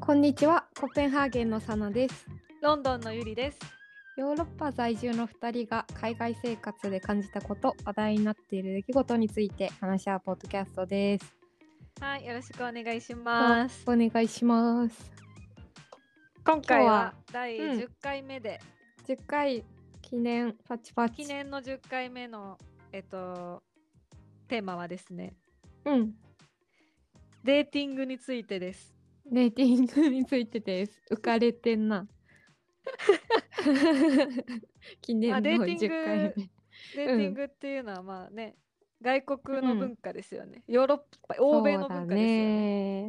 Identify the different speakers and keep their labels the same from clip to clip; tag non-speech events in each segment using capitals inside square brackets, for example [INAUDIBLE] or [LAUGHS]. Speaker 1: こんにちは、コペンハーゲンのサナです。
Speaker 2: ロンドンのゆりです。
Speaker 1: ヨーロッパ在住の2人が海外生活で感じたこと、話題になっている出来事について話し合うポッドキャストです。
Speaker 2: はい、よろしくお願いします。
Speaker 1: お願いします。
Speaker 2: 今
Speaker 1: 回は
Speaker 2: 回は第
Speaker 1: うん
Speaker 2: 10回目で、
Speaker 1: 10回記念パチパチ。
Speaker 2: 記念の10回目のえっとテーマはですね、
Speaker 1: うん。
Speaker 2: デーティングについてです。
Speaker 1: レーティングについてです。浮かれて
Speaker 2: [LAUGHS]
Speaker 1: んな。 [LAUGHS] 記念の
Speaker 2: まあデーティング
Speaker 1: 10回目。
Speaker 2: デーティングっていうのはまあね、外国の
Speaker 1: うん
Speaker 2: 文化ですよね。ヨーロッパ、欧米の文
Speaker 1: そうだ
Speaker 2: 化ですよね。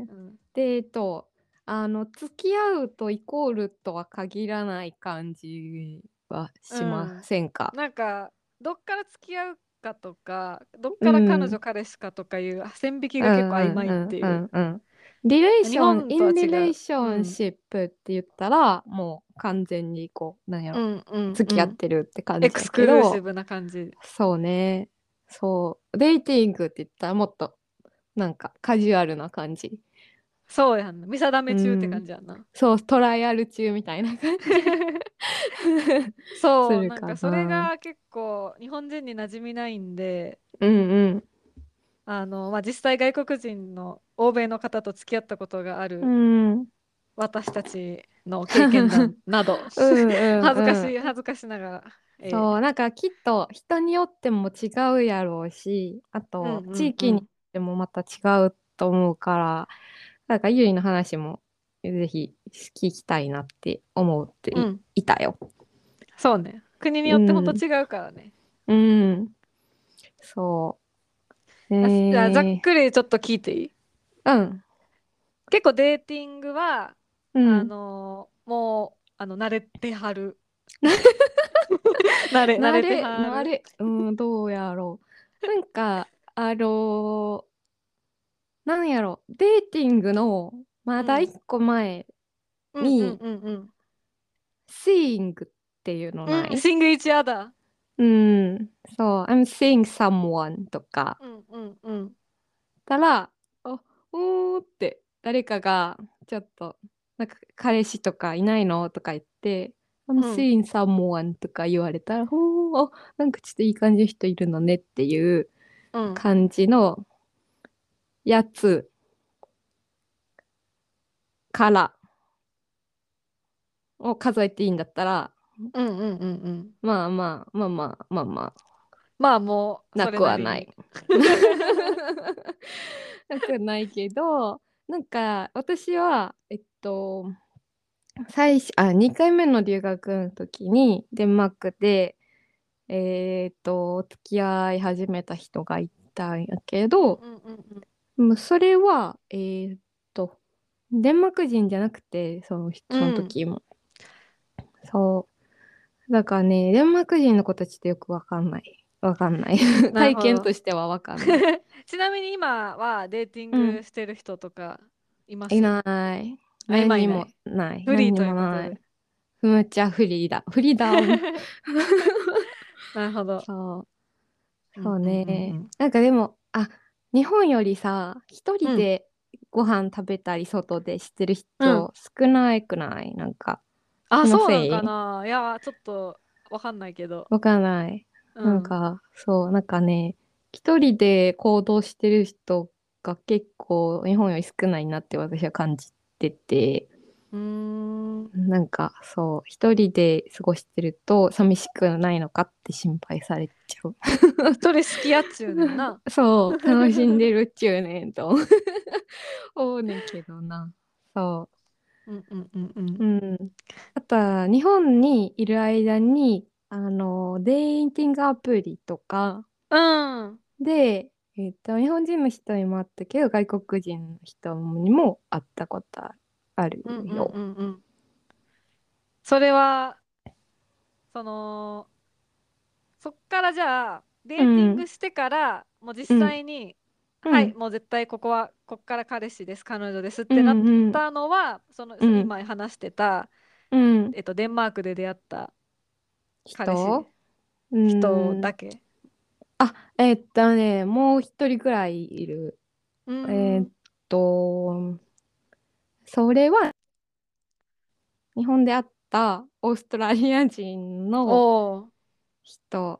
Speaker 1: ね。
Speaker 2: うん
Speaker 1: デートあの付き合うとイコールとは限らない感じはしませんか、
Speaker 2: なんかどっから付き合うかとか、どっから彼
Speaker 1: うん
Speaker 2: 女彼氏かとかいう線引きが結構曖昧ってい
Speaker 1: ん
Speaker 2: う。
Speaker 1: んんんリレーション
Speaker 2: 日本
Speaker 1: イ
Speaker 2: とは
Speaker 1: ン
Speaker 2: 違う
Speaker 1: リレーションシップって言ったら、もう完全にこうなんやろ、
Speaker 2: んうんうん
Speaker 1: 付き合ってるって感じ
Speaker 2: エ
Speaker 1: だ
Speaker 2: クス
Speaker 1: け
Speaker 2: クルーシ
Speaker 1: ど
Speaker 2: ブな感じ。
Speaker 1: そうねそうデーティングって言ったらもっとなんかカジュアルな感じ
Speaker 2: そうやんな。見定め中って感じやんな。
Speaker 1: そうトライアル中みたいな感じ
Speaker 2: そ
Speaker 1: す
Speaker 2: う、
Speaker 1: る
Speaker 2: な
Speaker 1: か
Speaker 2: ん
Speaker 1: な
Speaker 2: かそれが結構日本人に馴染みないんで、
Speaker 1: うんうん
Speaker 2: あの、まあ、実際外国人の欧米の方と付き合ったことがあ
Speaker 1: う
Speaker 2: る
Speaker 1: んうん
Speaker 2: 私たちの経験談な
Speaker 1: [LAUGHS]
Speaker 2: ど、
Speaker 1: うんうん
Speaker 2: 恥ずかしい、恥ずかしながら、えー
Speaker 1: そうなんかきっと人によっても違うやろうしあ
Speaker 2: うん
Speaker 1: と
Speaker 2: うんうん
Speaker 1: 地域によってもまた違うと思うから、なんかゆいの話もぜひ聞きたいなって思ってい,、
Speaker 2: うん、
Speaker 1: たよ。
Speaker 2: そうね。国によって本当違うからね。
Speaker 1: うんそう。
Speaker 2: あ
Speaker 1: ね
Speaker 2: じゃあざっ
Speaker 1: え
Speaker 2: くりちょっと聞いていい
Speaker 1: うん
Speaker 2: 結構デーティングは、
Speaker 1: うん
Speaker 2: あのーもうあの慣れてはる。
Speaker 1: [LAUGHS]
Speaker 2: 慣れ慣れてはる。
Speaker 1: 慣れうんどうやろうなんかあのなんやろデーティングのまだ
Speaker 2: うん
Speaker 1: 一個前、
Speaker 2: うんうんうんうん。
Speaker 1: seeing っていうのない、
Speaker 2: シングイチアダ。
Speaker 1: うん、そう、I'm seeing someone とか
Speaker 2: うんうんうん。
Speaker 1: だったら、あ、おーって誰かがちょっと、なんか彼氏とかいないのとか言って、I'm
Speaker 2: うん
Speaker 1: seeing someone とか言われたら、おー、あなんかちょっといい感じの人いるのねっていう
Speaker 2: うん、
Speaker 1: 感じのやつから、を数えていいんだったら、
Speaker 2: うんうんうんうん。
Speaker 1: まあまあまあまあまあまあ
Speaker 2: まあもう、
Speaker 1: なくはない。
Speaker 2: それなりに。
Speaker 1: [LAUGHS] なくはないけどなんか私はえっと最初あ2回目の留学の時にデンマークでえーっとお付き合い始めた人がいたんやけど
Speaker 2: うんうんうん
Speaker 1: もうそれはえーっとデンマーク人じゃなくてそのその時も、そうだからねデンマーク人の子たちってよくわかんないわかんない体験としてはわ
Speaker 2: [LAUGHS]
Speaker 1: かんない
Speaker 2: ちなみに今はデーティングしてる人とかいます
Speaker 1: いない。
Speaker 2: あ今
Speaker 1: 何に
Speaker 2: いない
Speaker 1: もない。
Speaker 2: フリー
Speaker 1: 何
Speaker 2: と
Speaker 1: に
Speaker 2: いう
Speaker 1: も
Speaker 2: ことで
Speaker 1: ない。むっちゃフリーだ。フリー
Speaker 2: [LAUGHS]
Speaker 1: だ。
Speaker 2: なるほど。
Speaker 1: そう。そうね。
Speaker 2: んんんん
Speaker 1: なんかでも、あ、日本よりさ、一
Speaker 2: う
Speaker 1: 人
Speaker 2: ん
Speaker 1: でご飯食べたり外でしてる人
Speaker 2: うん
Speaker 1: 少ないくない、なんか、
Speaker 2: あ、
Speaker 1: 気の
Speaker 2: そうな
Speaker 1: せい
Speaker 2: のかな。いや、ちょっとわかんないけど。
Speaker 1: わかんない。
Speaker 2: う
Speaker 1: なん、か、そう、なんかね、一人で行動してる人が結構日本より少ないなって私は感じてて。
Speaker 2: うーん。
Speaker 1: なんかそう一人で過ごしてると寂しくないのかって心配されちゃう
Speaker 2: 一人好きやっちゅうねんな。
Speaker 1: [LAUGHS] そう楽しんでるっちゅう [LAUGHS] ねんと思うねんけどなそ
Speaker 2: うんうんうんうん
Speaker 1: ううんあとは日本にいる間にあのデーティングアプリとか
Speaker 2: うん。
Speaker 1: で、えっと日本人の人にもあったけど外国人の人にも会ったことあるよ、
Speaker 2: うんうんうんうんそれはそのそっからじゃあデーティングしてから、もう実際に、はいもう絶対ここはこっから彼氏です彼女ですってなっ
Speaker 1: うんうん
Speaker 2: たのは、その
Speaker 1: うん
Speaker 2: 今話してた、
Speaker 1: うん
Speaker 2: えっと、デンマークで出会った彼氏
Speaker 1: 人うん
Speaker 2: 人だけ。
Speaker 1: あ、えっとね、もう一人くらいいる。
Speaker 2: うん
Speaker 1: えーっと、それは日本で会ったオーストラリア人の
Speaker 2: おー
Speaker 1: 人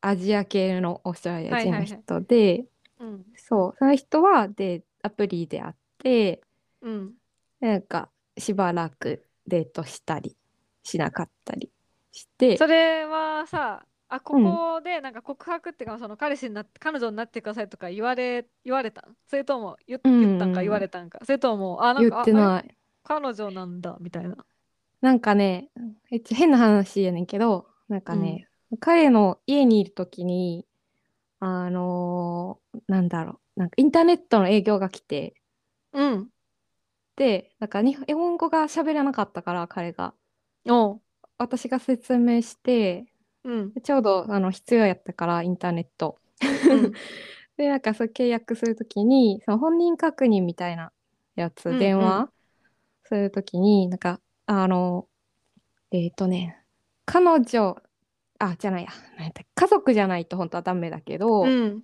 Speaker 1: アジア系のオーストラリア人
Speaker 2: はい
Speaker 1: の
Speaker 2: はいはい
Speaker 1: 人で、
Speaker 2: うん
Speaker 1: そうその人はでアプリで会って
Speaker 2: うん
Speaker 1: なんかしばらくデートしたりしなかったりして
Speaker 2: それはさあこ
Speaker 1: うん
Speaker 2: こでなんか告白っていうか、その彼氏になって彼女になってくださいとか言われ言われたんそれとも言っ
Speaker 1: うん
Speaker 2: 言ったんか言われたんか、それともあなん
Speaker 1: 言
Speaker 2: か
Speaker 1: って
Speaker 2: ああ
Speaker 1: ない。
Speaker 2: 彼女なんだみたいな
Speaker 1: なんかね、めっちゃ変な話やねんけど、なんかね、彼の家にいるときに、あのーなんだろう、なんかインターネットの営業が来て、
Speaker 2: うん
Speaker 1: で、なんかに日本語が喋れなかったから、彼が。
Speaker 2: おう
Speaker 1: 私が説明して、 [LAUGHS]
Speaker 2: うん
Speaker 1: ちょうどあの必要やったから、インターネット。
Speaker 2: うん
Speaker 1: で、なんかそう契約するときに、その本人確認みたいなやつ、
Speaker 2: うんうん
Speaker 1: 電話するときに、なんか、あの、えっ、とね、彼女、あ、じゃないや、なんやったっけ家族じゃないと本当はダメだけど、
Speaker 2: うん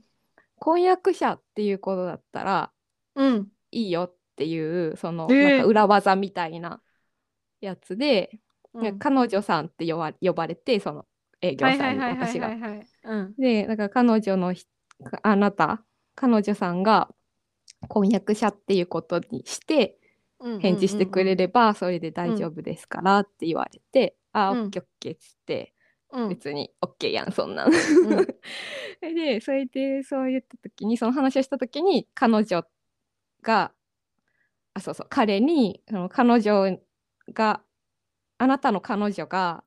Speaker 1: 婚約者っていうことだったら
Speaker 2: うん
Speaker 1: いいよっていう、その、
Speaker 2: えー
Speaker 1: なんか裏技みたいなやつで、
Speaker 2: うん
Speaker 1: なんか彼女さんって呼ば呼ばれて、その営業
Speaker 2: は
Speaker 1: さ
Speaker 2: い
Speaker 1: ん
Speaker 2: は
Speaker 1: に
Speaker 2: いはいは
Speaker 1: 私
Speaker 2: い
Speaker 1: が
Speaker 2: はい。はいうん
Speaker 1: で、なんか彼女のひあなた、彼女さんが婚約者っていうことにして
Speaker 2: うん
Speaker 1: 返事してくれ
Speaker 2: る、
Speaker 1: ればそれで大丈夫ですからって言われて、あ
Speaker 2: うん
Speaker 1: ーオッケーオッケーっつって、
Speaker 2: うん
Speaker 1: 別にオッケーやんそんなん。
Speaker 2: うん
Speaker 1: [LAUGHS] で、それでそう言った時に、その話をした時に彼女が、あ、そうそう、彼に、その彼女が、あなたの彼女が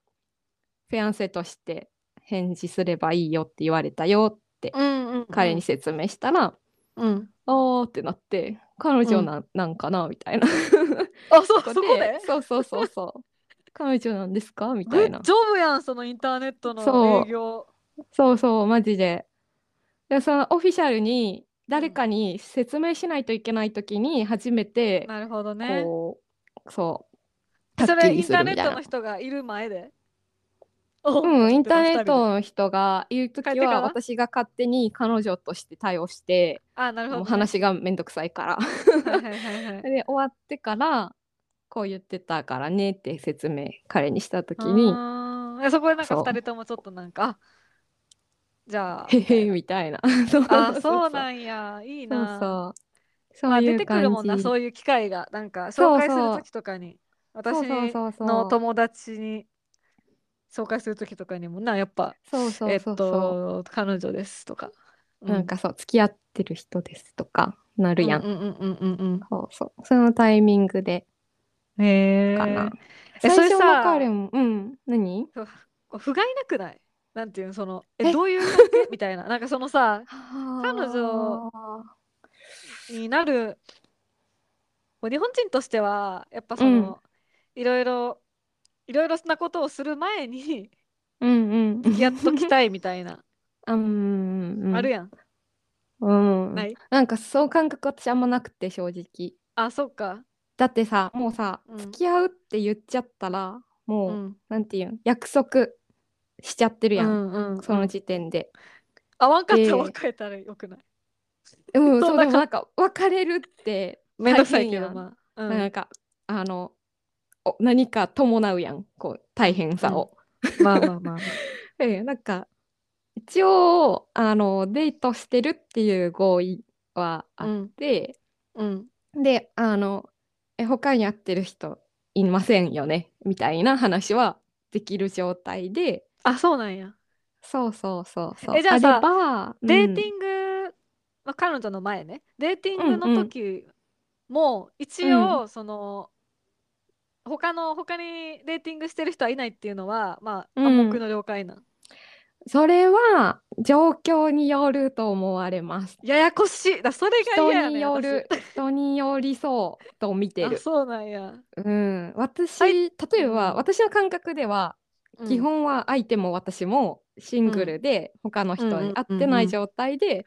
Speaker 1: フェアンセとして返事すればいいよって言われたよって
Speaker 2: うんうんうん
Speaker 1: 彼に説明したら、
Speaker 2: うん
Speaker 1: あーってなって彼女な,、ん、なんかなみたいな
Speaker 2: あそうそこで
Speaker 1: そうそうそうそう彼女なんですかみ
Speaker 2: グ
Speaker 1: たい
Speaker 2: ッ
Speaker 1: な
Speaker 2: ジョブやんそのインターネット
Speaker 1: そう
Speaker 2: の営業
Speaker 1: そうそうマジででそのオフィシャルに誰かに説明しないといけない時に初めて、
Speaker 2: なるほどね
Speaker 1: こうそう
Speaker 2: そ
Speaker 1: はっき
Speaker 2: れイ
Speaker 1: り
Speaker 2: ン
Speaker 1: す
Speaker 2: ター
Speaker 1: る
Speaker 2: ネ
Speaker 1: みたい
Speaker 2: ット
Speaker 1: な
Speaker 2: の人がいる前で。お
Speaker 1: うんインターネッ。
Speaker 2: 二人で
Speaker 1: トの人がいる
Speaker 2: 帰っ
Speaker 1: 時
Speaker 2: てから
Speaker 1: は私が勝手に彼女として対応して
Speaker 2: あ、なるほど、
Speaker 1: もう
Speaker 2: ね。。
Speaker 1: 話がめんどくさいから
Speaker 2: はいはいはいはい。
Speaker 1: [LAUGHS] で終わってからこう言ってたからねって説明彼にした時に
Speaker 2: に。えそこでなんか
Speaker 1: そう
Speaker 2: 二人ともちょっとなんか、あじゃあ
Speaker 1: 「、
Speaker 2: み
Speaker 1: へ
Speaker 2: たい
Speaker 1: へ」
Speaker 2: な
Speaker 1: みたいな
Speaker 2: あ、そう
Speaker 1: [LAUGHS] そう
Speaker 2: なんや。いい
Speaker 1: そう
Speaker 2: な。
Speaker 1: そうそ
Speaker 2: まあ
Speaker 1: うい
Speaker 2: 出
Speaker 1: う
Speaker 2: てくるもんな、
Speaker 1: 感じ
Speaker 2: そういう機会が。なんか、
Speaker 1: そ
Speaker 2: 紹
Speaker 1: う
Speaker 2: 介する
Speaker 1: そう
Speaker 2: ときとかに、
Speaker 1: そう
Speaker 2: 私
Speaker 1: そうそうそう
Speaker 2: の友達に紹介するときとかにもな、やっぱ、
Speaker 1: そうそう
Speaker 2: えっ
Speaker 1: そうそう
Speaker 2: と、彼女ですとか。
Speaker 1: なんかそう付き合ってる人ですとかな
Speaker 2: う
Speaker 1: る
Speaker 2: ん、
Speaker 1: やん
Speaker 2: うんうんうんうんうん
Speaker 1: そうそうそのタイミングで
Speaker 2: うん。へえ。
Speaker 1: かな
Speaker 2: え
Speaker 1: 最
Speaker 2: それ
Speaker 1: 初の
Speaker 2: さ
Speaker 1: 彼もうん何
Speaker 2: こう不甲斐なくないなんていうのそのえ
Speaker 1: え
Speaker 2: どういう関係 [LAUGHS] みたいななんかそのさ
Speaker 1: 彼
Speaker 2: 女になるこう日本人としてはやっぱその、いろいろいろいろなことをする前に [LAUGHS]
Speaker 1: うんうん
Speaker 2: やっときたいみたいな
Speaker 1: あうんうん
Speaker 2: ある
Speaker 1: や
Speaker 2: やん
Speaker 1: うん
Speaker 2: ない
Speaker 1: なんかそう感覚私あんまなくて正直
Speaker 2: あそっか
Speaker 1: だってさもうさ、
Speaker 2: うん
Speaker 1: 付き合うって言っちゃったら
Speaker 2: う
Speaker 1: もう、
Speaker 2: ん
Speaker 1: なんていうん約束しちゃってる
Speaker 2: う
Speaker 1: やん、
Speaker 2: んうん
Speaker 1: その時点で。
Speaker 2: 合わんかった
Speaker 1: で
Speaker 2: ら別れたらよくない
Speaker 1: うん、そう
Speaker 2: そ
Speaker 1: でも
Speaker 2: んな
Speaker 1: なんか別れるって
Speaker 2: めんどくさい
Speaker 1: 大
Speaker 2: け
Speaker 1: 変や
Speaker 2: ど
Speaker 1: ん
Speaker 2: まあ、う
Speaker 1: なん
Speaker 2: ん、
Speaker 1: か、あのお何か伴うやんこう大変さを。
Speaker 2: まあまあまあまあ
Speaker 1: えなんか一応あのデートしてるっていう合意はあ
Speaker 2: う
Speaker 1: っ
Speaker 2: ん
Speaker 1: て、
Speaker 2: うん
Speaker 1: であのえ他に会ってる人いませんよねみたいな話はできる状態で。
Speaker 2: あそうなんや
Speaker 1: そうそうそうそう。
Speaker 2: えじゃあさ
Speaker 1: れば、
Speaker 2: デーテ
Speaker 1: ン
Speaker 2: ィング、まあ、彼女の前ねデーティング
Speaker 1: うん
Speaker 2: の
Speaker 1: うん
Speaker 2: 時も一応その、他の他にデーティングしてる人はいないっていうのはまあ
Speaker 1: うん
Speaker 2: 暗黙の了解なん、
Speaker 1: それは状況によると思われます。
Speaker 2: ややこしいだそれが
Speaker 1: 人
Speaker 2: 嫌やね
Speaker 1: に
Speaker 2: ん
Speaker 1: よる、人によりそうと見て
Speaker 2: 私あ
Speaker 1: る。
Speaker 2: そうなんや、
Speaker 1: うん、私、
Speaker 2: は
Speaker 1: 例えば、
Speaker 2: うん
Speaker 1: 私の感覚では、
Speaker 2: うん
Speaker 1: 基本は相手も私もシングルで、他の人に会ってない状態で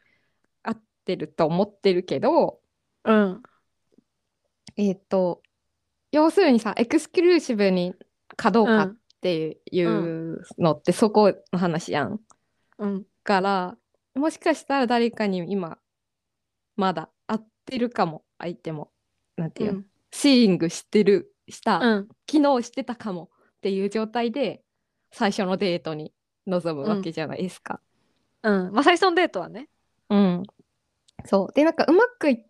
Speaker 1: 会ってると思ってるけど、
Speaker 2: うん
Speaker 1: えっ、と、要するにさ、エクスクルーシブにかどう
Speaker 2: う
Speaker 1: かっ
Speaker 2: ん
Speaker 1: ていうのってそこの話やん。
Speaker 2: うん
Speaker 1: からもしかしたら誰かに今まだ会ってるかも相手もなんていうの、シーイングしてるし
Speaker 2: う
Speaker 1: た
Speaker 2: ん
Speaker 1: き機能してたかもっていう状態で最初のデートに臨むわけじゃないですか。
Speaker 2: うん。まあ、最初のデートはね。
Speaker 1: うん。そう。で、なんかうまくい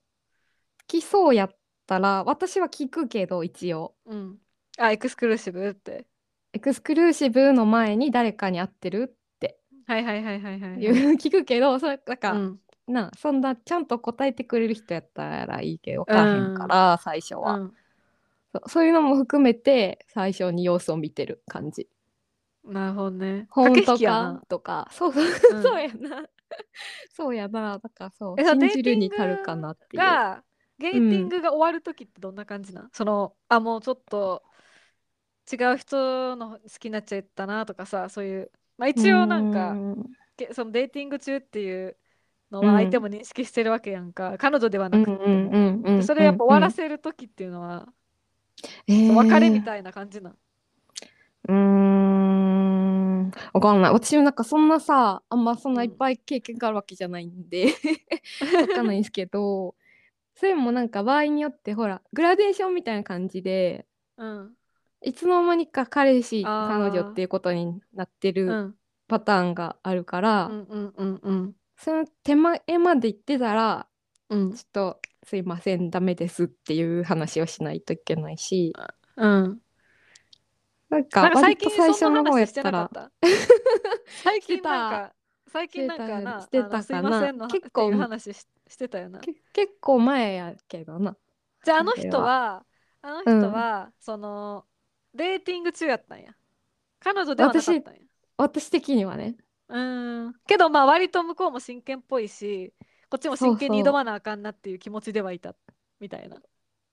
Speaker 1: きそうやったら、私は聞くけど、一応。
Speaker 2: うん。あ、エクスクルーシブって。
Speaker 1: エクスクルーシブの前に誰かに会ってるって
Speaker 2: はいはいはいはいはい。
Speaker 1: いう聞くけど、それ、なんか、
Speaker 2: うん。
Speaker 1: なあそんな、ちゃんと答えてくれる人やったらいいけど、わからへんから、最初
Speaker 2: う
Speaker 1: は、
Speaker 2: ん。
Speaker 1: そう。そういうのも含めて、最初に様子を見てる感じ。
Speaker 2: なるほどね。
Speaker 1: 本
Speaker 2: 駆け
Speaker 1: 当
Speaker 2: 引きや
Speaker 1: か
Speaker 2: な。
Speaker 1: とか、そうそう、
Speaker 2: う
Speaker 1: [LAUGHS]
Speaker 2: ん
Speaker 1: そうやな。そうやな。だからそう、
Speaker 2: えそう
Speaker 1: 信じる
Speaker 2: デーティング
Speaker 1: に足るかなっていう。
Speaker 2: が、デーティングが終わる時ってどんな感じなんその、あ、もうちょっと違う人の好きになっちゃったなとかさ、そういう。まあ一応なん
Speaker 1: う
Speaker 2: か、
Speaker 1: ん
Speaker 2: けそのデーティング中っていうの
Speaker 1: う
Speaker 2: は
Speaker 1: ん
Speaker 2: 相手も認識してるわけやんか。彼女では
Speaker 1: う
Speaker 2: なんくても。
Speaker 1: うんうん
Speaker 2: でそれをやっぱ終わら
Speaker 1: せ、
Speaker 2: せる時っていうのは、
Speaker 1: うんうん
Speaker 2: 別れみ
Speaker 1: い。
Speaker 2: たいな感じなん。
Speaker 1: うーん。わかんない。私もなんかそんなさ、あんまそんないっぱい経験があるわけじゃないんで、 [LAUGHS] わかんないんですけど、それもなんか場合によって、ほら、グラデーションみたいな感じで、
Speaker 2: うん。
Speaker 1: いつの間にか彼氏、
Speaker 2: あー
Speaker 1: 彼女っていうことになって
Speaker 2: う
Speaker 1: る
Speaker 2: ん。
Speaker 1: パターンがあるから、
Speaker 2: うんうんうんうん。
Speaker 1: その手前まで行ってたら、
Speaker 2: うん
Speaker 1: ちょ。っとすいません、ダメですっていう話をしないといけないし、
Speaker 2: うん。
Speaker 1: なんか
Speaker 2: なんか最
Speaker 1: 割
Speaker 2: 近
Speaker 1: と最初
Speaker 2: そん
Speaker 1: の
Speaker 2: な
Speaker 1: 方や
Speaker 2: 話
Speaker 1: っ
Speaker 2: して
Speaker 1: た
Speaker 2: なからっ、た。 [LAUGHS] 最
Speaker 1: して
Speaker 2: 近
Speaker 1: た
Speaker 2: なんか、最近なんかな、
Speaker 1: してたよね
Speaker 2: あの
Speaker 1: してた
Speaker 2: す
Speaker 1: か
Speaker 2: い
Speaker 1: な
Speaker 2: ませんの
Speaker 1: 結
Speaker 2: って
Speaker 1: 構
Speaker 2: いう話ししてたよな。
Speaker 1: け結構前やけどな。
Speaker 2: じゃああ
Speaker 1: そ
Speaker 2: の
Speaker 1: れ
Speaker 2: 人
Speaker 1: は
Speaker 2: は、あの人は、その、デーティング中やったんや。彼女ではなかったんや。
Speaker 1: 私的にはね。
Speaker 2: うーん。けどまあ割と向こうも真剣っぽいし、こっちも真剣に
Speaker 1: そうそう
Speaker 2: 挑まなあかんなっていう気持ちではいた。みたいな。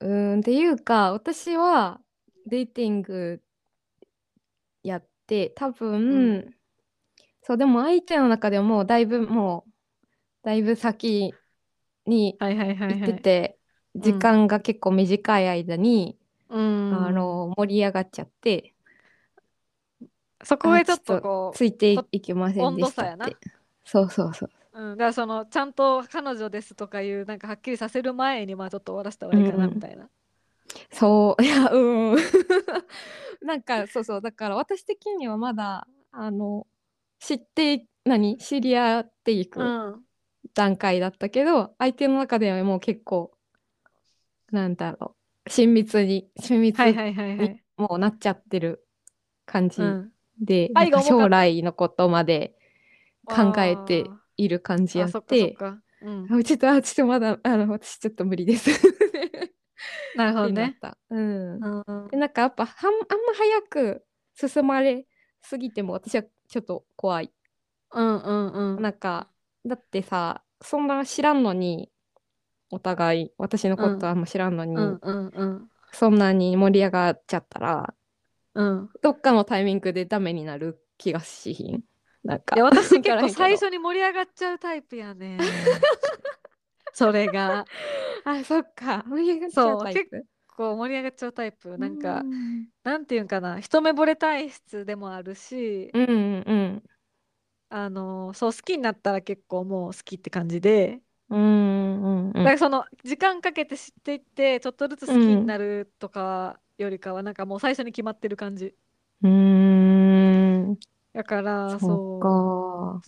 Speaker 1: うーんっていうか私はデーティングやって多分、
Speaker 2: う
Speaker 1: そうでも相手の中でももうだいぶもうだいぶ先に
Speaker 2: はいはいはい
Speaker 1: 行
Speaker 2: は
Speaker 1: っ
Speaker 2: い。
Speaker 1: てて、時間が結構短い間に、
Speaker 2: うーん。
Speaker 1: あの盛り上がっちゃって
Speaker 2: そこ
Speaker 1: あ
Speaker 2: へちょっ
Speaker 1: ちょっ
Speaker 2: と
Speaker 1: と
Speaker 2: こ
Speaker 1: ついていけません
Speaker 2: 温
Speaker 1: で
Speaker 2: 度
Speaker 1: した
Speaker 2: 差
Speaker 1: っ
Speaker 2: やな
Speaker 1: て。そうそうそう。
Speaker 2: う、うん、だからそのちゃんと彼女ですとかいうなんかはっきりさせる前にまあちょっと終わらせた方がいいかな
Speaker 1: うん
Speaker 2: みたいな。
Speaker 1: そういやうん [LAUGHS] なんかそうそうだから私的にはまだあの知って何知り合っていうく
Speaker 2: ん。うん
Speaker 1: 段階だったけど、相手の中ではもう結構なんだろう親密に親密
Speaker 2: はい
Speaker 1: に
Speaker 2: はいはいはい。
Speaker 1: もうなっちゃってる感じ
Speaker 2: うん。
Speaker 1: で、
Speaker 2: 愛
Speaker 1: なんか
Speaker 2: が重かった
Speaker 1: 将来のことまで考えて
Speaker 2: あ
Speaker 1: いる感じ
Speaker 2: ー
Speaker 1: や
Speaker 2: あ、
Speaker 1: っ。
Speaker 2: そっかそってか。うん。
Speaker 1: あちょっと、あ、ちょっとまだ、あの、私ちょっと無理です。 [LAUGHS]
Speaker 2: なるほ
Speaker 1: っ
Speaker 2: ど
Speaker 1: てなっ
Speaker 2: ね。
Speaker 1: た。うん。
Speaker 2: うん。
Speaker 1: でなんかやっぱはんあんま早く進まれすぎても私はちょっと怖い。
Speaker 2: うんうんうん。
Speaker 1: なんかだってさそんな知らんのにお互い私のことあんま知らんのに、
Speaker 2: うんうんうん。
Speaker 1: そんなに盛り上がっちゃったら
Speaker 2: うん。
Speaker 1: どっかのタイミングでダメになる気がしひん。なんか
Speaker 2: いや、私
Speaker 1: わか
Speaker 2: 結
Speaker 1: らへん
Speaker 2: 構
Speaker 1: けど
Speaker 2: 最初に盛り上がっちゃうタイプ
Speaker 1: [LAUGHS]
Speaker 2: やね。それが。
Speaker 1: あそっか盛り上がっちゃうタイプ。
Speaker 2: こう盛り上がっちゃうタイプ。なんか
Speaker 1: う、ん
Speaker 2: なんていうんかな。一目惚れ体質でもあるし、
Speaker 1: うんうん
Speaker 2: あのそう好きになったら結構もう好きって感じで、
Speaker 1: うんうんうんう
Speaker 2: だか
Speaker 1: ん
Speaker 2: らその時間かけて知っていってちょっとずつ好きになるとかよりかはなんかもう最初に決まってる感じ
Speaker 1: うーん
Speaker 2: だか
Speaker 1: そ
Speaker 2: ら
Speaker 1: う
Speaker 2: そ
Speaker 1: か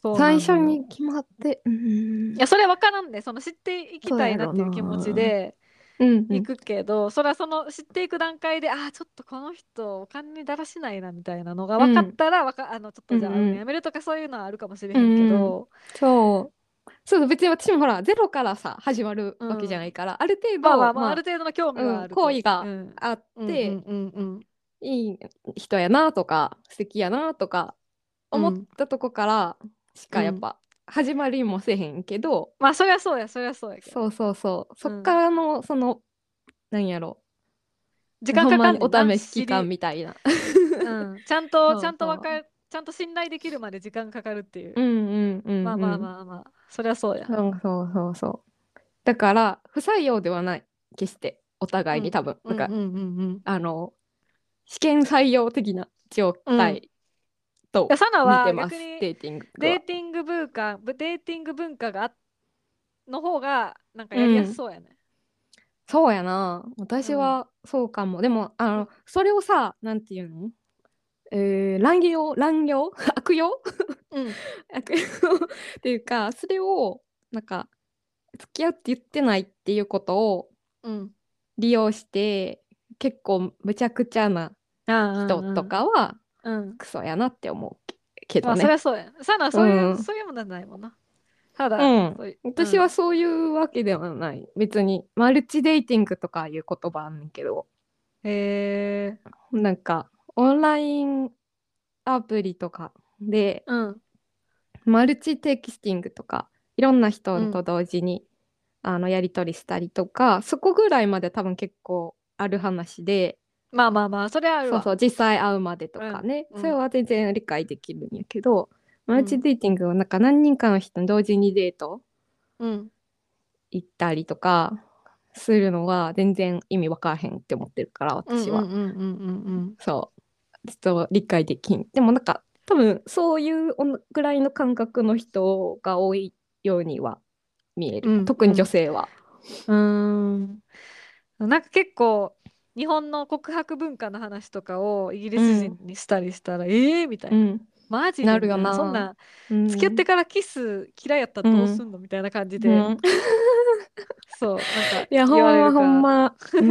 Speaker 2: そうなの
Speaker 1: 最
Speaker 2: よ
Speaker 1: 初に決まってう
Speaker 2: う
Speaker 1: ーん
Speaker 2: いやそれ分からんねその知っていきたいなっていう気持ちで
Speaker 1: うんうん
Speaker 2: 行くけど、それはその知っていく段階でああちょっとこの人お金にだらしないなみたいなのが分かったらわか、あのちょっとじゃあ
Speaker 1: うんうん
Speaker 2: 会うのやめるとかそういうのはあるかもしれへんけど、
Speaker 1: そう。そう別に私もほらゼロからさ始まるわけじゃないから、ある程度、
Speaker 2: まあまあまあ、
Speaker 1: まあ
Speaker 2: ある程度の興味はある
Speaker 1: うん好意が
Speaker 2: うん
Speaker 1: あっ
Speaker 2: うん
Speaker 1: て、
Speaker 2: うんうんうん
Speaker 1: いい人やなとか素敵やなとか思ったとこからしかやっぱ始まりもせへんけど、
Speaker 2: まあそりゃそうやそりゃそうやけど
Speaker 1: そうそうそうそっからのその、なんやろ
Speaker 2: 時間
Speaker 1: ほ
Speaker 2: かか
Speaker 1: ん
Speaker 2: んねん
Speaker 1: ま
Speaker 2: な
Speaker 1: にお試し期間みた
Speaker 2: [LAUGHS]
Speaker 1: いな。
Speaker 2: うん、 [LAUGHS] ちゃん
Speaker 1: そう
Speaker 2: と
Speaker 1: そう
Speaker 2: ちゃんとわかるちゃんと信頼できるまで時間かかるっていう、
Speaker 1: うんうんうんうん、
Speaker 2: まあまあまあまあそりゃそうや
Speaker 1: そうそうそうそう。だから不採用ではない決してお互いに多分、
Speaker 2: うん
Speaker 1: な
Speaker 2: うんん
Speaker 1: か、
Speaker 2: うんうんい
Speaker 1: あの試験採用的な状態と
Speaker 2: やサナ
Speaker 1: 似
Speaker 2: は
Speaker 1: てます、
Speaker 2: 逆に
Speaker 1: デーティング
Speaker 2: デー
Speaker 1: は。
Speaker 2: ティング文化ぶデーティング文化があの方がなんかやりやすそうやね、
Speaker 1: そうやな私はそうかも、でもあのそれをさなんていうのえー、乱用乱用 [LAUGHS] 悪用
Speaker 2: うん、
Speaker 1: 悪用 [LAUGHS] っていうかそれをなんか付き合うって言ってないっていうことを
Speaker 2: うん、
Speaker 1: 利用して結構むちゃくちゃな
Speaker 2: あ
Speaker 1: 人と、かは
Speaker 2: うんうん、
Speaker 1: クソやなって思うけど
Speaker 2: まあ
Speaker 1: ね、
Speaker 2: そりゃそうや。サナはそういう、
Speaker 1: うん
Speaker 2: そういうものはないもんな。ただ、
Speaker 1: うん
Speaker 2: そういう
Speaker 1: 私は、そういうわけではない別にマルチデイティングとかいう言葉あんねんけど
Speaker 2: うんへえ、
Speaker 1: なんかオンラインアプリとかで
Speaker 2: うん、
Speaker 1: マルチテキスティングとかいろんな人と同時に、あのやり取りしたりとかそこぐらいまで多分結構ある話で
Speaker 2: まあまあまあ、それはある
Speaker 1: そう
Speaker 2: わ。
Speaker 1: そう実際会うまでとかね、
Speaker 2: うんうん
Speaker 1: それは全然理解できるんやけど、マルチデーティングはなんか何人かの人に同時にデート
Speaker 2: うん、
Speaker 1: 行ったりとかするのは全然意味わからへんって思ってるから
Speaker 2: うん、
Speaker 1: 私
Speaker 2: うん、
Speaker 1: は、
Speaker 2: うん、うん、
Speaker 1: そうちょっと理解できんでもなんか多分そういうおんぐらいの感覚の人が多いようには見える、
Speaker 2: うん
Speaker 1: 特に女性は。
Speaker 2: うん。うん。なんか結構、日本の告白文化の話とかをイギリス人にしたりしたら、ええー、みたいな。
Speaker 1: ん
Speaker 2: マジ
Speaker 1: なるよ
Speaker 2: みたい
Speaker 1: な
Speaker 2: そんな、
Speaker 1: うん
Speaker 2: 付き合ってからキス嫌いやったらどうすんのみたいな感じで、
Speaker 1: うん
Speaker 2: そう、なんか
Speaker 1: いやほん
Speaker 2: 言われ
Speaker 1: ま
Speaker 2: るか
Speaker 1: ほ
Speaker 2: ら。
Speaker 1: んま、 [LAUGHS] う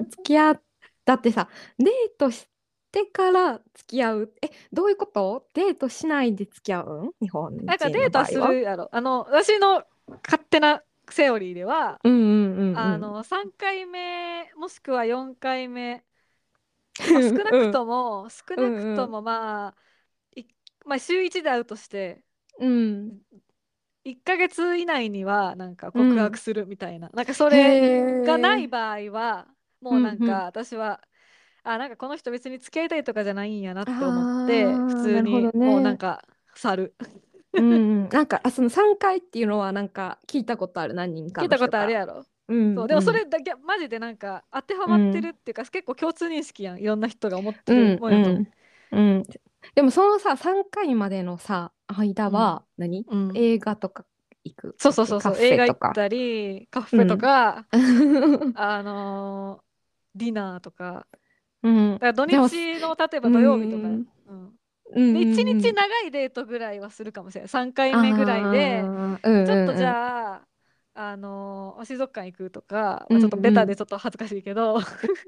Speaker 1: ん、付き合っだってさデートしてから付き合うえどういうことデートしないで付き合うん日本人の
Speaker 2: なんかデー
Speaker 1: 場合
Speaker 2: トす
Speaker 1: は
Speaker 2: るやろ。あの、私の勝手なセオリーでは、
Speaker 1: うんうんうんうん
Speaker 2: あの、3回目、もしくは4回目、まあ少なくとも、少なくとも、まあ、いまあ、週1で会うとして、
Speaker 1: うん
Speaker 2: 1ヶ月以内には、なんか告白するみたいな。なんかそ
Speaker 1: それ
Speaker 2: れがない場合は、もうなん
Speaker 1: うんうん
Speaker 2: か私は、あ、なんかこの人別に付き合いたいとかじゃないんやなって思って、
Speaker 1: あー
Speaker 2: 普通に、
Speaker 1: なるほどね
Speaker 2: もうなんか、去る。
Speaker 1: うんうんなんかあその3回っていうのはなんか聞いたことある何人か
Speaker 2: 聞
Speaker 1: の
Speaker 2: いた
Speaker 1: 人
Speaker 2: ことある
Speaker 1: から
Speaker 2: やろ。
Speaker 1: うん
Speaker 2: そうでもそれ
Speaker 1: う
Speaker 2: だけマジでなんか当てはまってるっていうか、結構共通認識やんいろんな人が思って
Speaker 1: ん
Speaker 2: るもんやと
Speaker 1: う
Speaker 2: 思うん
Speaker 1: うんでもそのさ3回までのさ間は何
Speaker 2: うん
Speaker 1: 映画とか行く
Speaker 2: そうそうそうそう
Speaker 1: カフ
Speaker 2: 映画
Speaker 1: ェ
Speaker 2: 行
Speaker 1: と
Speaker 2: っ
Speaker 1: か
Speaker 2: たりカフェとか、あのーディナーとか
Speaker 1: [LAUGHS] うん
Speaker 2: だから土
Speaker 1: でも
Speaker 2: 日の例えば土曜日とか、
Speaker 1: う
Speaker 2: うんん
Speaker 1: うん
Speaker 2: [LAUGHS] で1日
Speaker 1: な
Speaker 2: 長いデートぐらいはするかもしれない3回目ぐらいで、ちょっとじ
Speaker 1: あ
Speaker 2: ゃあ、あのー水族館行くとか、
Speaker 1: うん
Speaker 2: まあ、ちょっとベタでちょっと恥ずかしいけど、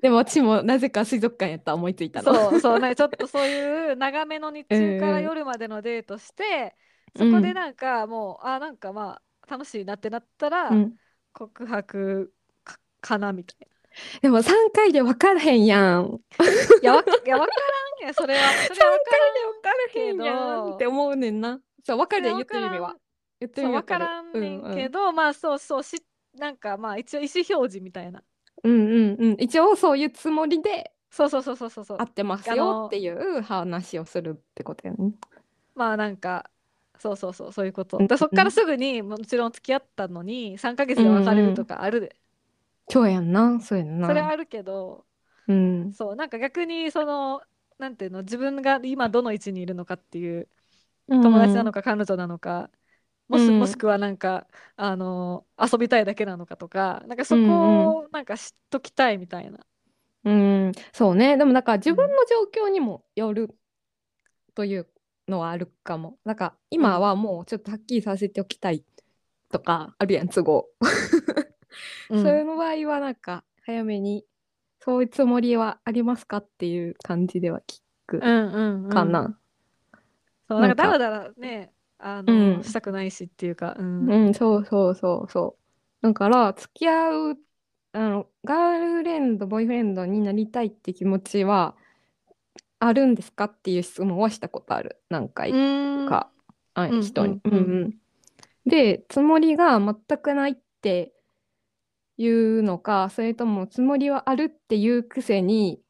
Speaker 1: でもうちもなぜか水族館やった思いついたの
Speaker 2: そうそうなんかちょっとそういう長めの日中か
Speaker 1: う
Speaker 2: ら
Speaker 1: ん
Speaker 2: 夜までのデートして、
Speaker 1: うん
Speaker 2: そこでなんかもうあなんかまあ楽しいなってなったら、
Speaker 1: うん
Speaker 2: 告白かかなみたい
Speaker 1: でも3回で分からへんやん
Speaker 2: な。いやわかいやわからんねそれは。そ
Speaker 1: 3
Speaker 2: れはわ
Speaker 1: 回で分からへんや
Speaker 2: け
Speaker 1: ん
Speaker 2: ど
Speaker 1: って思うねんなそう分かる言
Speaker 2: それ
Speaker 1: っ
Speaker 2: 分
Speaker 1: て
Speaker 2: からん
Speaker 1: る意味は言ってる
Speaker 2: からん
Speaker 1: 意味
Speaker 2: わ
Speaker 1: る
Speaker 2: からんねんけど、まあそうそうしなんかまあ一応意思表示みたいな。
Speaker 1: うんうんうんうん一応そういうつもりで
Speaker 2: そうそうそうそうそうそう
Speaker 1: 合。ってます
Speaker 2: あ
Speaker 1: よ
Speaker 2: の
Speaker 1: っていう話をするってことやね
Speaker 2: まあなんか。そうそうそうそういうこと。
Speaker 1: うんうん
Speaker 2: でそっからすぐにもちろん付き合ったのに3ヶ月で別れるとかあるで。
Speaker 1: そうやんなそうやんな
Speaker 2: それはあるけど、
Speaker 1: うん
Speaker 2: そうなんか逆にそのなんていうの自分が今どの位置にいるのかっていう友達なのか彼女なのか、もし
Speaker 1: うん
Speaker 2: もしくはなんかあの遊びたいだけなのかとかなんかそ
Speaker 1: うん
Speaker 2: こをなんか知っときたいみたいな、
Speaker 1: うん、そうね。でもなんか自分の状況にもよるというのはあるかも。なんか今はもうちょっとはっきりさせておきたいとかあるやん、都合。
Speaker 2: うん
Speaker 1: そういうの場合はなんか早めにそういうつもりはありますかっていう感じでは聞
Speaker 2: うんうんうん
Speaker 1: くかな。
Speaker 2: そうなんか
Speaker 1: なんから
Speaker 2: だだらねあの、
Speaker 1: うん
Speaker 2: したくないしっていうかう、
Speaker 1: うんん、そうそうそうそう。だから付き合う、あの、ガールフレンド、ボーイフレンドになりたいって気持ちはあるんですかっていう質問はしたことある、何回か
Speaker 2: うん
Speaker 1: か、あ
Speaker 2: うん
Speaker 1: 人に。
Speaker 2: う
Speaker 1: うんん
Speaker 2: う
Speaker 1: うんんでつもりが全くないっていうのかそれともつもりはあるっていうくせに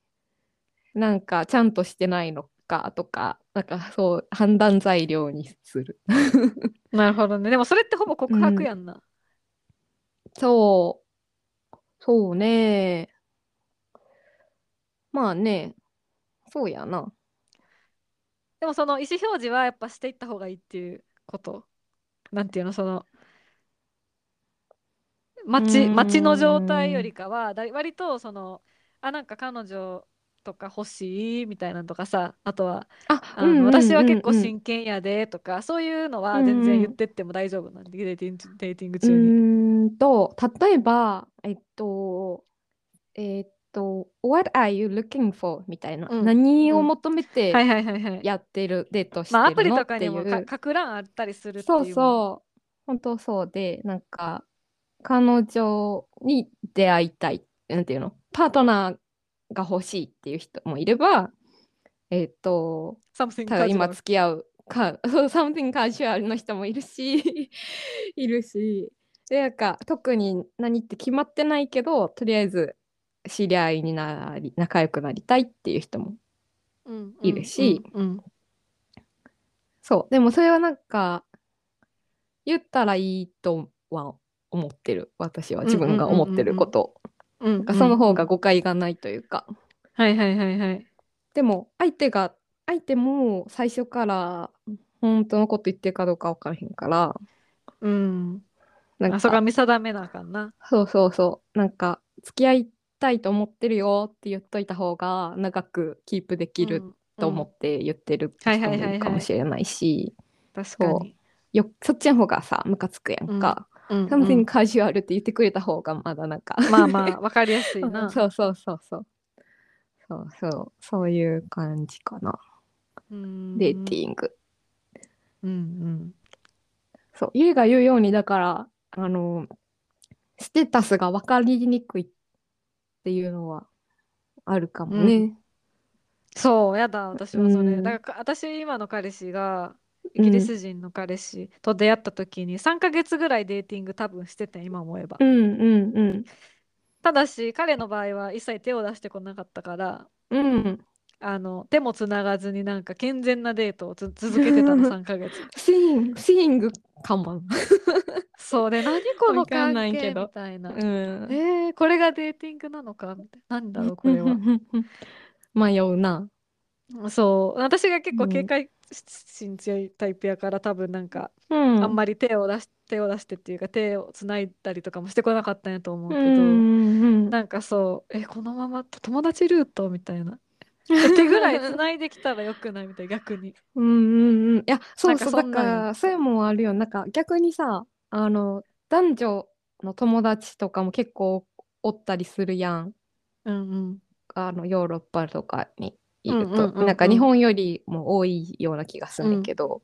Speaker 1: なんかちゃんとしてないのかとかなんかそう判断材料にする。
Speaker 2: なるほどねでもそれってほぼ告白やんな、
Speaker 1: そうそうねまあねそうやな。
Speaker 2: でもその意思表示はやっぱしていった方がいいっていうことなんていうのその街
Speaker 1: うん
Speaker 2: 街の状態よりかはだ割とそのあなんか彼女とか欲しいみたいなのとかさあとは
Speaker 1: あ
Speaker 2: あの、私は結構
Speaker 1: 真
Speaker 2: 真剣やでとかそういうの
Speaker 1: う
Speaker 2: は
Speaker 1: ん
Speaker 2: 全然言ってっても大丈夫なんで、デーティングデーティング
Speaker 1: う
Speaker 2: 中に。
Speaker 1: ーんと、例えば、えっと、えっと、What are you looking for? みたいな。
Speaker 2: うん
Speaker 1: 何を
Speaker 2: うん
Speaker 1: 求めて
Speaker 2: はいはいはいはい。
Speaker 1: やってる、デートし
Speaker 2: まあ、ア
Speaker 1: て
Speaker 2: プ
Speaker 1: る
Speaker 2: リ
Speaker 1: の
Speaker 2: と
Speaker 1: っ
Speaker 2: か
Speaker 1: てい
Speaker 2: にもか
Speaker 1: う。
Speaker 2: 書く欄あったりするっていう
Speaker 1: そう
Speaker 2: も
Speaker 1: そう。本当そうで、なんか、彼女に出会いたい。なんていうのパートナーが欲しいっていう人もいれば、えっと、
Speaker 2: ん something
Speaker 1: ただ今
Speaker 2: casual
Speaker 1: 付き合うか、 [LAUGHS] そう、サムティングカジュアルの人もいるし、 [LAUGHS] いるし、で、なんか、特に何って決まってないけど、とりあえず知り合いになり、仲良くなりたいっていう人も。
Speaker 2: うんうん
Speaker 1: いるし
Speaker 2: うんうん
Speaker 1: そう、でもそれはなんか、言ったらいいとは思ってる。私は
Speaker 2: うん
Speaker 1: 自分が思ってること。
Speaker 2: うんうん
Speaker 1: なんかその方が誤解がないというか。
Speaker 2: はいはいはいはい。
Speaker 1: でも、相手が、相手も最初から本当のこと言ってるかどうか分からへんから、
Speaker 2: うん。
Speaker 1: なん
Speaker 2: あ
Speaker 1: か
Speaker 2: そこは見定めなあかんな。
Speaker 1: そうそうそう。なんか、付き合いたいと思ってるよって言っといた方が、長くキープでき
Speaker 2: う
Speaker 1: る
Speaker 2: ん
Speaker 1: と思って言ってる人
Speaker 2: はいはい
Speaker 1: もい
Speaker 2: はいはい
Speaker 1: るかもしれないし、
Speaker 2: うん確かに。
Speaker 1: よ、そっちの方がさ、ムカつくやんか。
Speaker 2: うんうん
Speaker 1: something casual って言ってくれた方が、まだなんか
Speaker 2: まあまあ、わかりやすいな。
Speaker 1: そうそうそうそう。そうそう、そういう感じかな。デーテ
Speaker 2: ィ
Speaker 1: ィング。
Speaker 2: うんうん。
Speaker 1: そう、ゆいが言うように、だから、あの、ステータスが分かりにくいっていうのはあるかもね。
Speaker 2: そう、やだ、私はそれ。
Speaker 1: うん
Speaker 2: だから、私、今の彼氏が、イギリス人の彼氏と出会った時に、3ヶ月ぐらいデーティング多分してて、今思えば
Speaker 1: う。んうんうん
Speaker 2: ただし、彼の場合は一切手を出してこなかったから、
Speaker 1: うん
Speaker 2: あの、手もつながずになんか健全なデートをつ続けてたの、3
Speaker 1: [LAUGHS]
Speaker 2: ヶ月。
Speaker 1: スイングスイングかも。
Speaker 2: そうで、何この
Speaker 1: わかんない
Speaker 2: 関係
Speaker 1: けど
Speaker 2: みたいな。
Speaker 1: ん。
Speaker 2: えー、これがデーティングなのかみたいな。なんだろう、これは。
Speaker 1: 迷うな。
Speaker 2: そう。私が結
Speaker 1: う
Speaker 2: 構
Speaker 1: ん
Speaker 2: 警戒心強いタイプやから、多分なんか、
Speaker 1: うん。
Speaker 2: あん
Speaker 1: ま
Speaker 2: まり手を出し、手を出してっていうか、手をつないだりとかもしてこなかったんやと思う
Speaker 1: う
Speaker 2: けど、
Speaker 1: ん
Speaker 2: なんかそう、え、このまま友達ルートみたいな。手ぐらいつないできたらよくないみたいな、逆に。
Speaker 1: うんうんうん。いや、そ
Speaker 2: なん
Speaker 1: う
Speaker 2: か
Speaker 1: そう。
Speaker 2: そ
Speaker 1: だ
Speaker 2: ん
Speaker 1: か
Speaker 2: なんや
Speaker 1: ら、それもあるよ。なんか逆にさ、あの、男女の友達とかも結構おったりするやん。
Speaker 2: うんうん。
Speaker 1: あの、ヨーロッパとかにいる
Speaker 2: うんうん
Speaker 1: と。
Speaker 2: うんうん
Speaker 1: なんか日本よりも多いような気がするんだけど。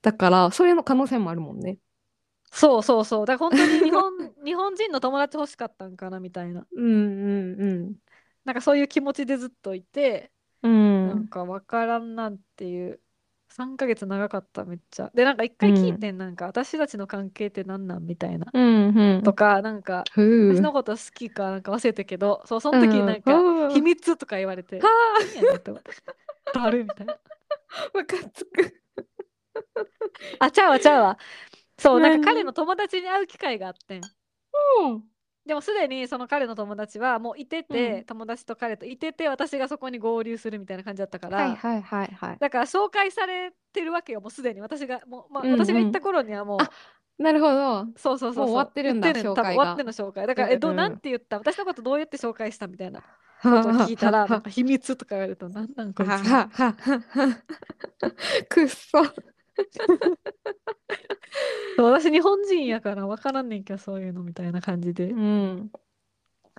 Speaker 1: だから、それの可能性もあるもんね。
Speaker 2: そうそうそう。だから本当に日
Speaker 1: [LAUGHS]
Speaker 2: 本、日本人の友達欲しかったんかなみたいな。
Speaker 1: うんうんうん。
Speaker 2: なんかそういう気持ちでずっといて、
Speaker 1: う
Speaker 2: なん
Speaker 1: ん。
Speaker 2: かわからんなんていう。3ヶ月長かった、めっちゃ。で、なんか一回聞いてん、なんか私たちの関係ってなんなんみたいな。
Speaker 1: うんうん。
Speaker 2: とか、なんか、
Speaker 1: ふう
Speaker 2: 私のこと好きかなんか忘れたけど、そう、その時になん
Speaker 1: う
Speaker 2: か、
Speaker 1: んうん
Speaker 2: 秘密とか言われて、
Speaker 1: は
Speaker 2: 何やねんって思って。だるいみたいな。
Speaker 1: あ、 [LAUGHS] ムカつく。
Speaker 2: [LAUGHS] あ、ちゃうわ、ちゃうわ。そう、なんか彼
Speaker 1: 何
Speaker 2: の友達に会う機会があってん。でもすでにその彼の友達はもういてて、
Speaker 1: うん
Speaker 2: 友達と彼といてて、私がそこに合流するみたいな感じだったから、
Speaker 1: はいはいはいはい。
Speaker 2: だから紹介されてるわけよ、もうすでに私が、もう、まあ、
Speaker 1: うんうん
Speaker 2: 私が行った頃にはもう、
Speaker 1: あなるほど。
Speaker 2: そうそうそうそう、
Speaker 1: もう終わってるんだ
Speaker 2: 言ね
Speaker 1: 紹
Speaker 2: 多
Speaker 1: 介
Speaker 2: 分終
Speaker 1: が
Speaker 2: わっての紹介。だか
Speaker 1: う
Speaker 2: ら、
Speaker 1: んうん
Speaker 2: え、どう、なんて言った私のことどうやって紹介したみたいなことを聞いたら、なんか秘密とか言われると、なんなんこいつ。
Speaker 1: ははは。くっそ。
Speaker 2: そう私日本人やから分からんねんけど、そういうのみたいな感じで。
Speaker 1: ん。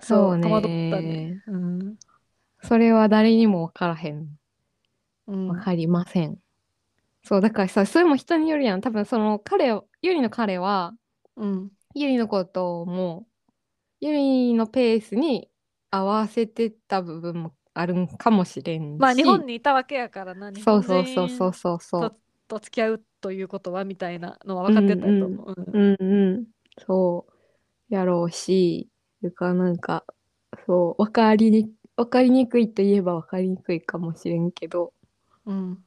Speaker 2: そう
Speaker 1: そうね
Speaker 2: 戸惑ったね。うん。
Speaker 1: それは誰にもわからへん。
Speaker 2: うん
Speaker 1: わかりません。そう、だからさ、それも人によるやん。多分その彼を、ゆりの彼は、
Speaker 2: うん。
Speaker 1: ゆりのことも、ゆりのペースに合わせてた部分もあるんかもしれんし。
Speaker 2: まあ、日本にいたわけやからな、日
Speaker 1: そ
Speaker 2: 本
Speaker 1: うそうそうそう
Speaker 2: 人
Speaker 1: そうそう。
Speaker 2: と付き合うということはみたいなのは分かってたと思う。う
Speaker 1: うん
Speaker 2: ん
Speaker 1: うん、そう、やろうし、てかなんか、そう、わかりに、わかりにくいといえばわかりにくいかもしれんけど、
Speaker 2: うん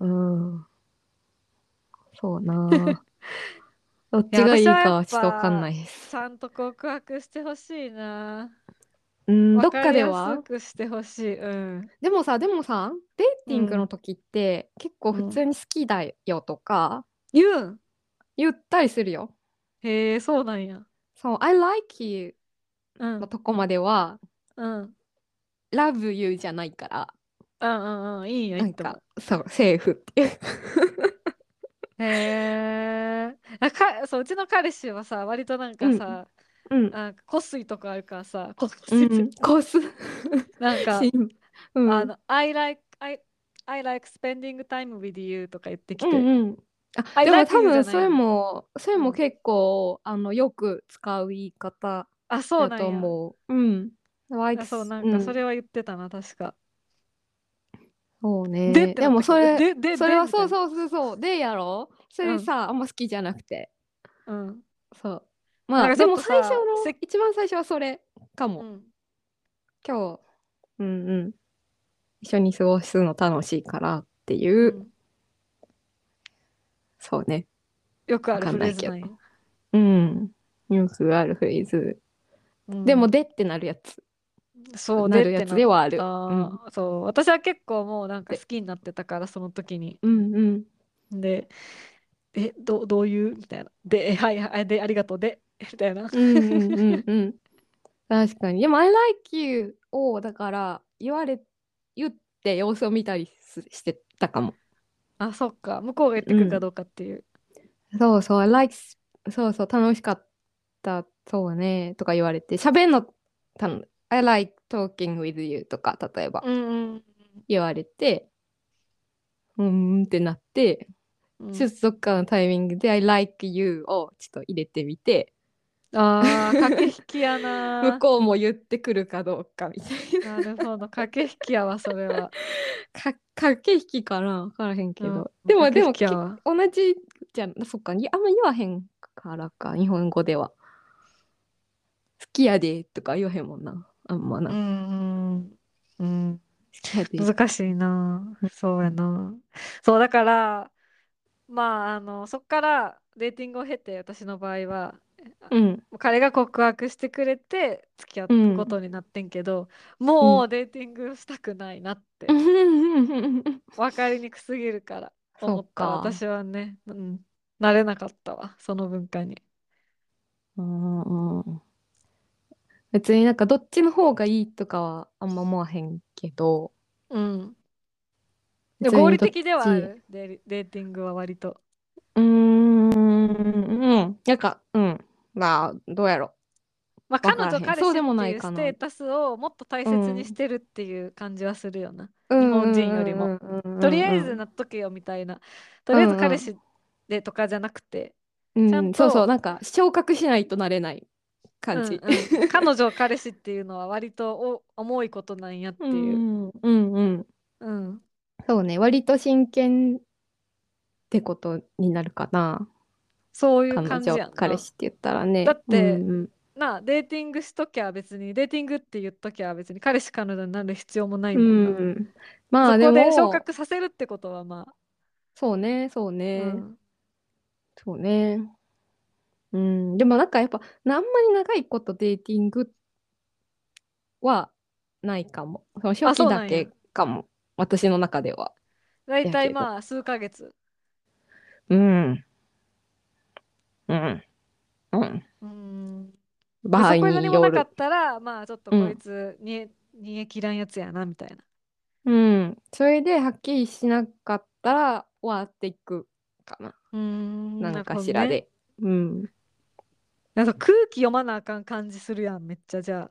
Speaker 1: うん、そうな
Speaker 2: [LAUGHS]
Speaker 1: あどっちがいいかはちょっとわかんないです。
Speaker 2: ちゃんと告白してほしいな。
Speaker 1: うん、どっ
Speaker 2: わ
Speaker 1: か
Speaker 2: り
Speaker 1: で
Speaker 2: や
Speaker 1: は
Speaker 2: すくしてほしい。うん。
Speaker 1: でもさ、でもさ、デーティング
Speaker 2: うん
Speaker 1: の時って結構普通に好きだよとか
Speaker 2: 言うん
Speaker 1: 言ったりするよ。
Speaker 2: へえ、そうなんや。
Speaker 1: そう「I like you」
Speaker 2: うん。う
Speaker 1: の
Speaker 2: ん。
Speaker 1: とこまでは
Speaker 2: うん
Speaker 1: 「love you」じゃないから
Speaker 2: うんうん。いいんや、
Speaker 1: ないん
Speaker 2: いと思
Speaker 1: かそうセーフっていう。
Speaker 2: う。へえ。あか、そう、うちの彼氏はさ、割となんかさ、
Speaker 1: うん
Speaker 2: なんか香水とかあるからさ、香
Speaker 1: う
Speaker 2: 水って
Speaker 1: ん、こす、
Speaker 2: なん
Speaker 1: [LAUGHS]
Speaker 2: か、
Speaker 1: しんうん、
Speaker 2: あの、I like, I, I like spending time with you とか言ってき
Speaker 1: うん
Speaker 2: て。
Speaker 1: うん。あ
Speaker 2: I
Speaker 1: でも
Speaker 2: like
Speaker 1: 多
Speaker 2: you じゃない
Speaker 1: 分それもそれ
Speaker 2: う
Speaker 1: も
Speaker 2: ん
Speaker 1: 結構あのよく使う言い方
Speaker 2: あ、そう
Speaker 1: だ
Speaker 2: なん
Speaker 1: と
Speaker 2: や。
Speaker 1: 思う。うん。ワイ
Speaker 2: あ、
Speaker 1: ツ
Speaker 2: そう、なん
Speaker 1: う
Speaker 2: か
Speaker 1: ん
Speaker 2: それは言ってたな、確か。
Speaker 1: そうね。
Speaker 2: でって
Speaker 1: でもそ
Speaker 2: なって
Speaker 1: れ
Speaker 2: くるで、で、
Speaker 1: それは
Speaker 2: でみた
Speaker 1: そそ
Speaker 2: いう
Speaker 1: うそうそうでやろ。それさ、あんま好きじゃなくて。
Speaker 2: な。うん。
Speaker 1: そう。ま
Speaker 2: なん
Speaker 1: あ
Speaker 2: かち
Speaker 1: で
Speaker 2: ょっ
Speaker 1: も
Speaker 2: とさ
Speaker 1: 最初の
Speaker 2: せっ
Speaker 1: 一番最初はそれかも。
Speaker 2: うん。
Speaker 1: 今日うんうん一緒に過ごすの楽しいからっていう、
Speaker 2: うん
Speaker 1: そうね。
Speaker 2: よくあ
Speaker 1: わ
Speaker 2: る
Speaker 1: か
Speaker 2: フ
Speaker 1: ん
Speaker 2: レ
Speaker 1: な
Speaker 2: ー
Speaker 1: い
Speaker 2: ズ
Speaker 1: け
Speaker 2: な
Speaker 1: ど
Speaker 2: んや。
Speaker 1: うん。よくあるフレーズ。
Speaker 2: うん
Speaker 1: でもでってなるやつ。
Speaker 2: そう
Speaker 1: な
Speaker 2: で
Speaker 1: る
Speaker 2: って
Speaker 1: や
Speaker 2: な
Speaker 1: つではある。
Speaker 2: あーそう私は結構もうなんか好きになってたからその時に
Speaker 1: うんうん。
Speaker 2: でえどどういうみたいなでえはいはいでありがとうでみたいな
Speaker 1: うんうんうん
Speaker 2: [LAUGHS]
Speaker 1: うん。確かに。でも、I like you を、だから、言われ、言って様子を見たりすしてたかも。
Speaker 2: あそっか向こうが言ってくるかどうかっていう
Speaker 1: そうそう、I like, そうそう、楽しかった、そうね、とか言われて、喋んの、たの I like talking with you とか、例えば
Speaker 2: うんうん
Speaker 1: 言われて、うーんってなって、
Speaker 2: うん
Speaker 1: ちょっとどっかのタイミングで I like you をちょっと入れてみて、
Speaker 2: あー駆け引きやな
Speaker 1: 向こうも言ってくるかどうかみたいな。
Speaker 2: なるほど駆け引きやわそれは
Speaker 1: か駆け引きかな分からへんけど、
Speaker 2: うん
Speaker 1: でもでも
Speaker 2: 駆け引きやわ
Speaker 1: き同じじゃんそっかにあんま言わへんからか日本語では「好きやで」とか言わへんもんなあんまな、
Speaker 2: う
Speaker 1: 好
Speaker 2: んうんうん
Speaker 1: きやで
Speaker 2: 難しいなそうやなそうだからまああのそっからデーティングを経て私の場合は
Speaker 1: うん
Speaker 2: 彼が告白してくれて付き合うことになってんけど、もうデーティングしたくないなって、分かりにくすぎるから
Speaker 1: そ
Speaker 2: 思っ
Speaker 1: う
Speaker 2: た
Speaker 1: か
Speaker 2: 私はね、うん、慣れなかったわその文化に
Speaker 1: うんうん [LAUGHS] 別になんかどっちの方がいいとかはあんま思わへんけど
Speaker 2: うんで
Speaker 1: 別に
Speaker 2: 合理的ではあ
Speaker 1: どっち
Speaker 2: るデーデーティングは割と
Speaker 1: うーんうんなんかうんまあどうやろ
Speaker 2: まあ
Speaker 1: わ
Speaker 2: 彼
Speaker 1: からへん
Speaker 2: 女彼氏
Speaker 1: そう
Speaker 2: って
Speaker 1: でもない
Speaker 2: いう
Speaker 1: か
Speaker 2: ス
Speaker 1: な
Speaker 2: テータスをもっと大切にしてるっていう感じはするよな、
Speaker 1: う
Speaker 2: 日本人よりも
Speaker 1: うんうんうんうん
Speaker 2: とりあえずなっとけよみたいなとりあえず彼氏でとかじゃなくて、
Speaker 1: うん
Speaker 2: ちゃん
Speaker 1: そうそ
Speaker 2: と
Speaker 1: うなんか昇格しないとなれない感じ。
Speaker 2: うんうん彼女彼氏っていうのは割とお重いことなんやって
Speaker 1: う
Speaker 2: い
Speaker 1: [LAUGHS]
Speaker 2: う、
Speaker 1: んうんうん
Speaker 2: うん、
Speaker 1: そうね割と真剣ってことになるかな
Speaker 2: そういう
Speaker 1: 彼
Speaker 2: 感じやん
Speaker 1: 女
Speaker 2: な
Speaker 1: 彼氏って言ったらね。
Speaker 2: だって
Speaker 1: うんうん
Speaker 2: なあデーティングしときゃ別にデーティングって言っときゃ別に彼氏彼女になる必要もない
Speaker 1: う
Speaker 2: も
Speaker 1: ん
Speaker 2: な、
Speaker 1: ん、まあ
Speaker 2: そ
Speaker 1: で
Speaker 2: こで
Speaker 1: も
Speaker 2: 昇格させるってことはまあ、
Speaker 1: そうねそうね、
Speaker 2: うん
Speaker 1: そうね。うんでもなんかやっぱあんまり長いことデーティングはないかも。その初
Speaker 2: あ
Speaker 1: 期
Speaker 2: そうなん
Speaker 1: だ
Speaker 2: や
Speaker 1: けかも私の中では。
Speaker 2: 大
Speaker 1: やけ
Speaker 2: 体
Speaker 1: ど
Speaker 2: まあ数ヶ月、
Speaker 1: うん。うん。うん。
Speaker 2: うん、で
Speaker 1: 場合
Speaker 2: そこに
Speaker 1: に
Speaker 2: 何も
Speaker 1: よ
Speaker 2: なか
Speaker 1: る
Speaker 2: っ。たらまあちょっと
Speaker 1: うん
Speaker 2: こいつ煮え煮え切らんやつやなみたいな
Speaker 1: うん。それではっきりしなかったら終わっていくかな。
Speaker 2: うん
Speaker 1: なん
Speaker 2: る
Speaker 1: か
Speaker 2: ほど
Speaker 1: しら
Speaker 2: ね
Speaker 1: で。うん。
Speaker 2: なんか空気読まなあかん感じするやんめっちゃじゃあ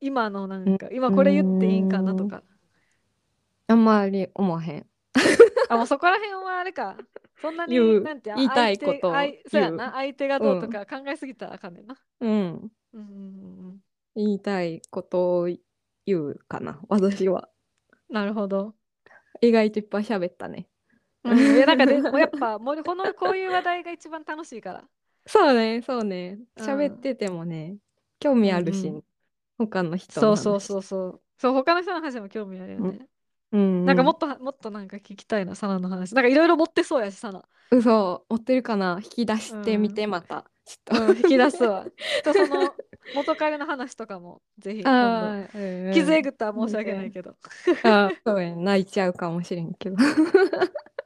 Speaker 2: 今のなんか今これ言っていいんかなとか
Speaker 1: あんまり思わへん。
Speaker 2: あもうそこら辺はあれかそんなに
Speaker 1: 言う
Speaker 2: なんて
Speaker 1: 言いたいことを
Speaker 2: 相手相そうやな
Speaker 1: 言う
Speaker 2: 相手がどうとか考えすぎたらあかんねんな
Speaker 1: うん。
Speaker 2: うんうんうん
Speaker 1: 言いたいことを言うかな。私は。
Speaker 2: なるほど、
Speaker 1: 意外といっぱい喋ったね。
Speaker 2: うん、いやなんかでもやっぱもうこのこういう話題が一番楽しいから
Speaker 1: そうね、そうね。
Speaker 2: うん
Speaker 1: 喋っててもね、興味あるし、
Speaker 2: うんうん
Speaker 1: 他の人
Speaker 2: そ
Speaker 1: の
Speaker 2: うそう
Speaker 1: う。
Speaker 2: そうそうそう他の人の話も興味あるよね
Speaker 1: うん、
Speaker 2: なんかもっともっとなんか聞きたいなサナの話なんかいろいろ持ってそうやしサナ
Speaker 1: 嘘持ってるかな引き出してみてまた、ちょっと、
Speaker 2: うん、引き出
Speaker 1: [LAUGHS]
Speaker 2: すわ。 [LAUGHS] ちょっとその元彼の話とかもぜひ今
Speaker 1: ああ、うんう
Speaker 2: 度
Speaker 1: ん
Speaker 2: 傷えぐったら申し訳ないけど。
Speaker 1: あー [LAUGHS] そうや泣いちゃうかもしれんけど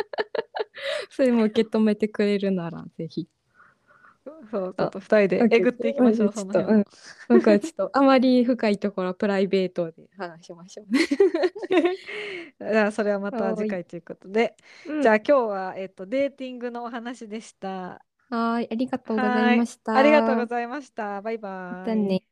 Speaker 1: [LAUGHS] それも受け止めてくれるならぜひ
Speaker 2: そう、ちょっと二人でえぐっていきましょう、その辺
Speaker 1: うん
Speaker 2: は。
Speaker 1: なんかちょっとあまり深いところはプライベートで話しましょうね。
Speaker 2: じゃあ、それはまた次回ということで。じゃあ、
Speaker 1: あ、
Speaker 2: 今日は、えっと、デーティングのお話でした。
Speaker 1: はーい、ありがとうございました。
Speaker 2: ありがとうございました。バイバイ。
Speaker 1: またね。